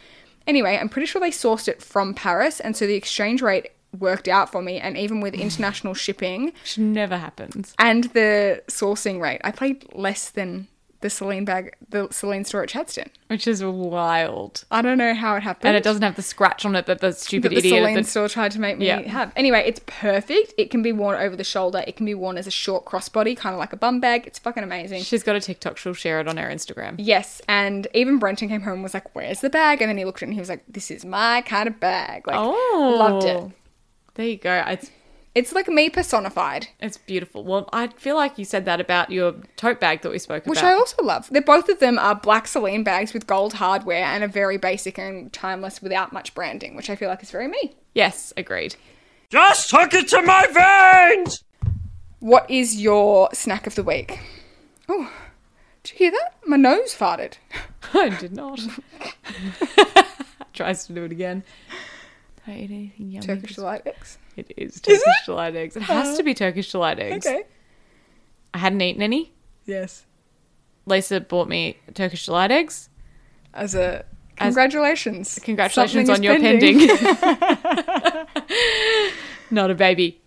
S1: Anyway, I'm pretty sure they sourced it from Paris, and so the exchange rate worked out for me. And even with international shipping
S2: Which never happens.
S1: and the sourcing rate, I paid less than the Celine bag, the Celine store at Chadston.
S2: Which is wild.
S1: I don't know how it happened.
S2: And it doesn't have the scratch on it that the stupid
S1: that the
S2: idiot.
S1: Celine
S2: at the-
S1: store tried to make me
S2: Yeah.
S1: have. Anyway, it's perfect. It can be worn over the shoulder. It can be worn as a short crossbody, kind of like a bum bag. It's fucking amazing.
S2: She's got a TikTok. She'll share it on her Instagram.
S1: Yes, and even Brenton came home and was like, "Where's the bag?" And then he looked at it and he was like, "This is my kind of bag." Like,
S2: Oh,
S1: loved it.
S2: There you go. It's
S1: It's like me personified,
S2: it's beautiful. Well, I feel like you said that about your tote bag that we spoke
S1: which
S2: about.
S1: I also love. They're both of them are black Celine bags with gold hardware and are very basic and timeless without much branding, which I feel like is very me.
S2: yes, agreed.
S5: Just hook it to my veins!
S1: What is your snack of the week? Oh, did you hear that? My nose farted.
S2: I did not. Tries to do it again. Don't eat anything yummy.
S1: Turkish delight eggs.
S2: It is Turkish delight eggs. It has to be Turkish delight eggs.
S1: Okay.
S2: I hadn't eaten any.
S1: Yes.
S2: Lisa bought me Turkish delight eggs.
S1: As a congratulations.
S2: Congratulations
S1: Something
S2: on
S1: is
S2: your pending. Not a baby.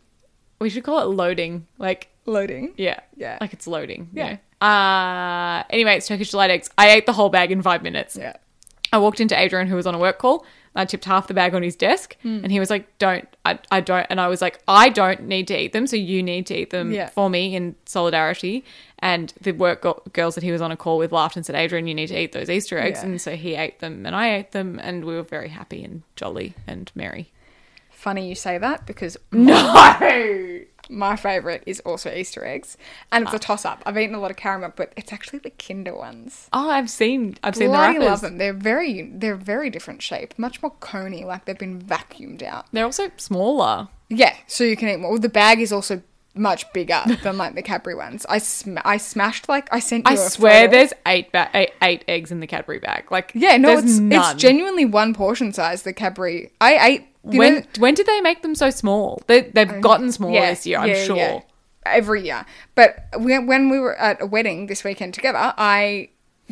S2: We should call it loading. Like
S1: Loading.
S2: yeah,
S1: Yeah.
S2: like it's loading.
S1: Yeah.
S2: Yeah. Uh anyway, it's Turkish delight eggs. I ate the whole bag in five minutes.
S1: Yeah.
S2: I walked into Adrian, who was on a work call. And I tipped half the bag on his desk,
S1: Hmm.
S2: and he was like, "Don't, I, I don't." And I was like, "I don't need to eat them, so you need to eat them
S1: Yeah.
S2: for me in solidarity." And the work go- girls that he was on a call with laughed and said, "Adrian, you need to eat those Easter eggs."
S1: Yeah.
S2: And so he ate them, and I ate them, and we were very happy and jolly and merry.
S1: Funny you say that because no, my favorite is also Easter eggs, and
S2: Ah.
S1: it's a toss up. I've eaten a lot of caramel, but it's actually the Kinder ones.
S2: Oh, I've seen, I've seen
S1: Bloody
S2: the
S1: love
S2: wrappers.
S1: them. They're very, they're very different shape, much more coney, like they've been vacuumed out.
S2: They're also smaller.
S1: Yeah, so you can eat more. Well, the bag is also much bigger than like the Cadbury ones. I sm- I smashed like I sent. You
S2: I
S1: a
S2: swear,
S1: photo.
S2: there's eight, ba- eight eight eggs in the Cadbury bag. Like,
S1: Yeah, no,
S2: there's
S1: it's
S2: none.
S1: it's genuinely one portion size. The Cadbury. I ate. you
S2: when
S1: know-
S2: when did they make them so small? They they've gotten smaller this year, I'm
S1: yeah,
S2: sure.
S1: yeah. Every year, but when, when we were at a wedding this weekend together, I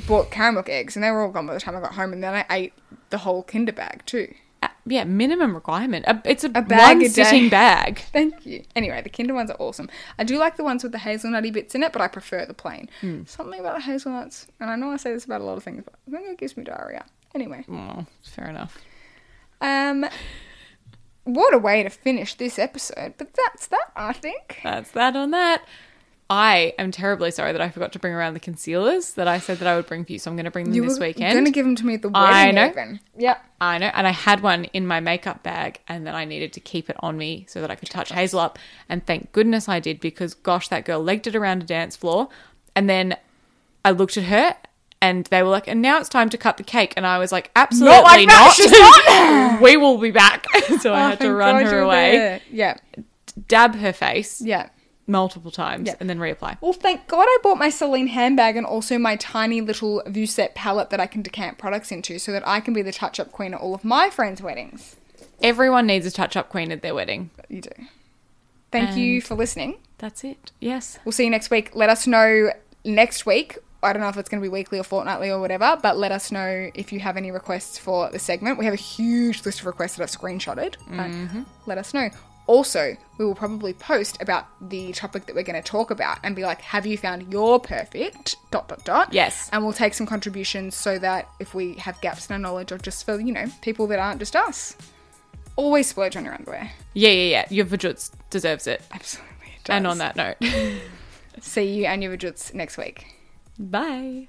S1: bought caramel eggs, and they were all gone by the time I got home, and then I ate the whole Kinder bag too.
S2: Uh, yeah, minimum requirement. A, it's a,
S1: bag
S2: one
S1: a day.
S2: sitting bag.
S1: Thank you. Anyway, the Kinder ones are awesome. I do like the ones with the hazelnutty bits in it, but I prefer the plain. Something about the hazelnuts, and I know I say this about a lot of things, but I think it gives me diarrhea. Anyway,
S2: Oh, fair enough.
S1: um, what a way to finish this episode. But that's that, I think.
S2: That's that on that. I am terribly sorry that I forgot to bring around the concealers that I said that I would bring for you. So I'm going to bring them
S1: You
S2: this
S1: were
S2: weekend.
S1: gonna give them to me at the
S2: I
S1: wedding
S2: know.
S1: even. Yep.
S2: I know, and I had one in my makeup bag, and then I needed to keep it on me so that I could touch Hazel up. And thank goodness I did because, gosh, that girl legged it around a dance floor. And then I looked at her, and they were like, "And now it's time to cut the cake." And I was like, "Absolutely
S1: like that, she's Oh,
S2: not. we will be back." so I had to run her away,
S1: Yeah.
S2: dab her face
S1: Yeah.
S2: multiple times,
S1: Yeah.
S2: and then reapply.
S1: Well, thank God I bought my Celine handbag and also my tiny little Vuset palette that I can decant products into so that I can be the touch up queen at all of my friends' weddings.
S2: Everyone needs a touch-up queen at their wedding.
S1: You do. Thank you for listening.
S2: That's it. Yes.
S1: We'll see you next week. Let us know next week. I don't know if it's going to be weekly or fortnightly or whatever, but let us know if you have any
S2: Mm-hmm.
S1: requests for the segment. We have a huge list of requests that I've screenshotted. but let us know. Also, we will probably post about the topic that we're going to talk about and be like, have you found your perfect dot dot dot?
S2: Yes.
S1: And we'll take some contributions so that if we have gaps in our knowledge or just for, you know, people that aren't just us, always splurge on your underwear.
S2: Yeah, yeah, yeah. Your Vajutz deserves it.
S1: Absolutely. it
S2: And
S1: does.
S2: on that note,
S1: See you and your vajuts next week.
S2: bye.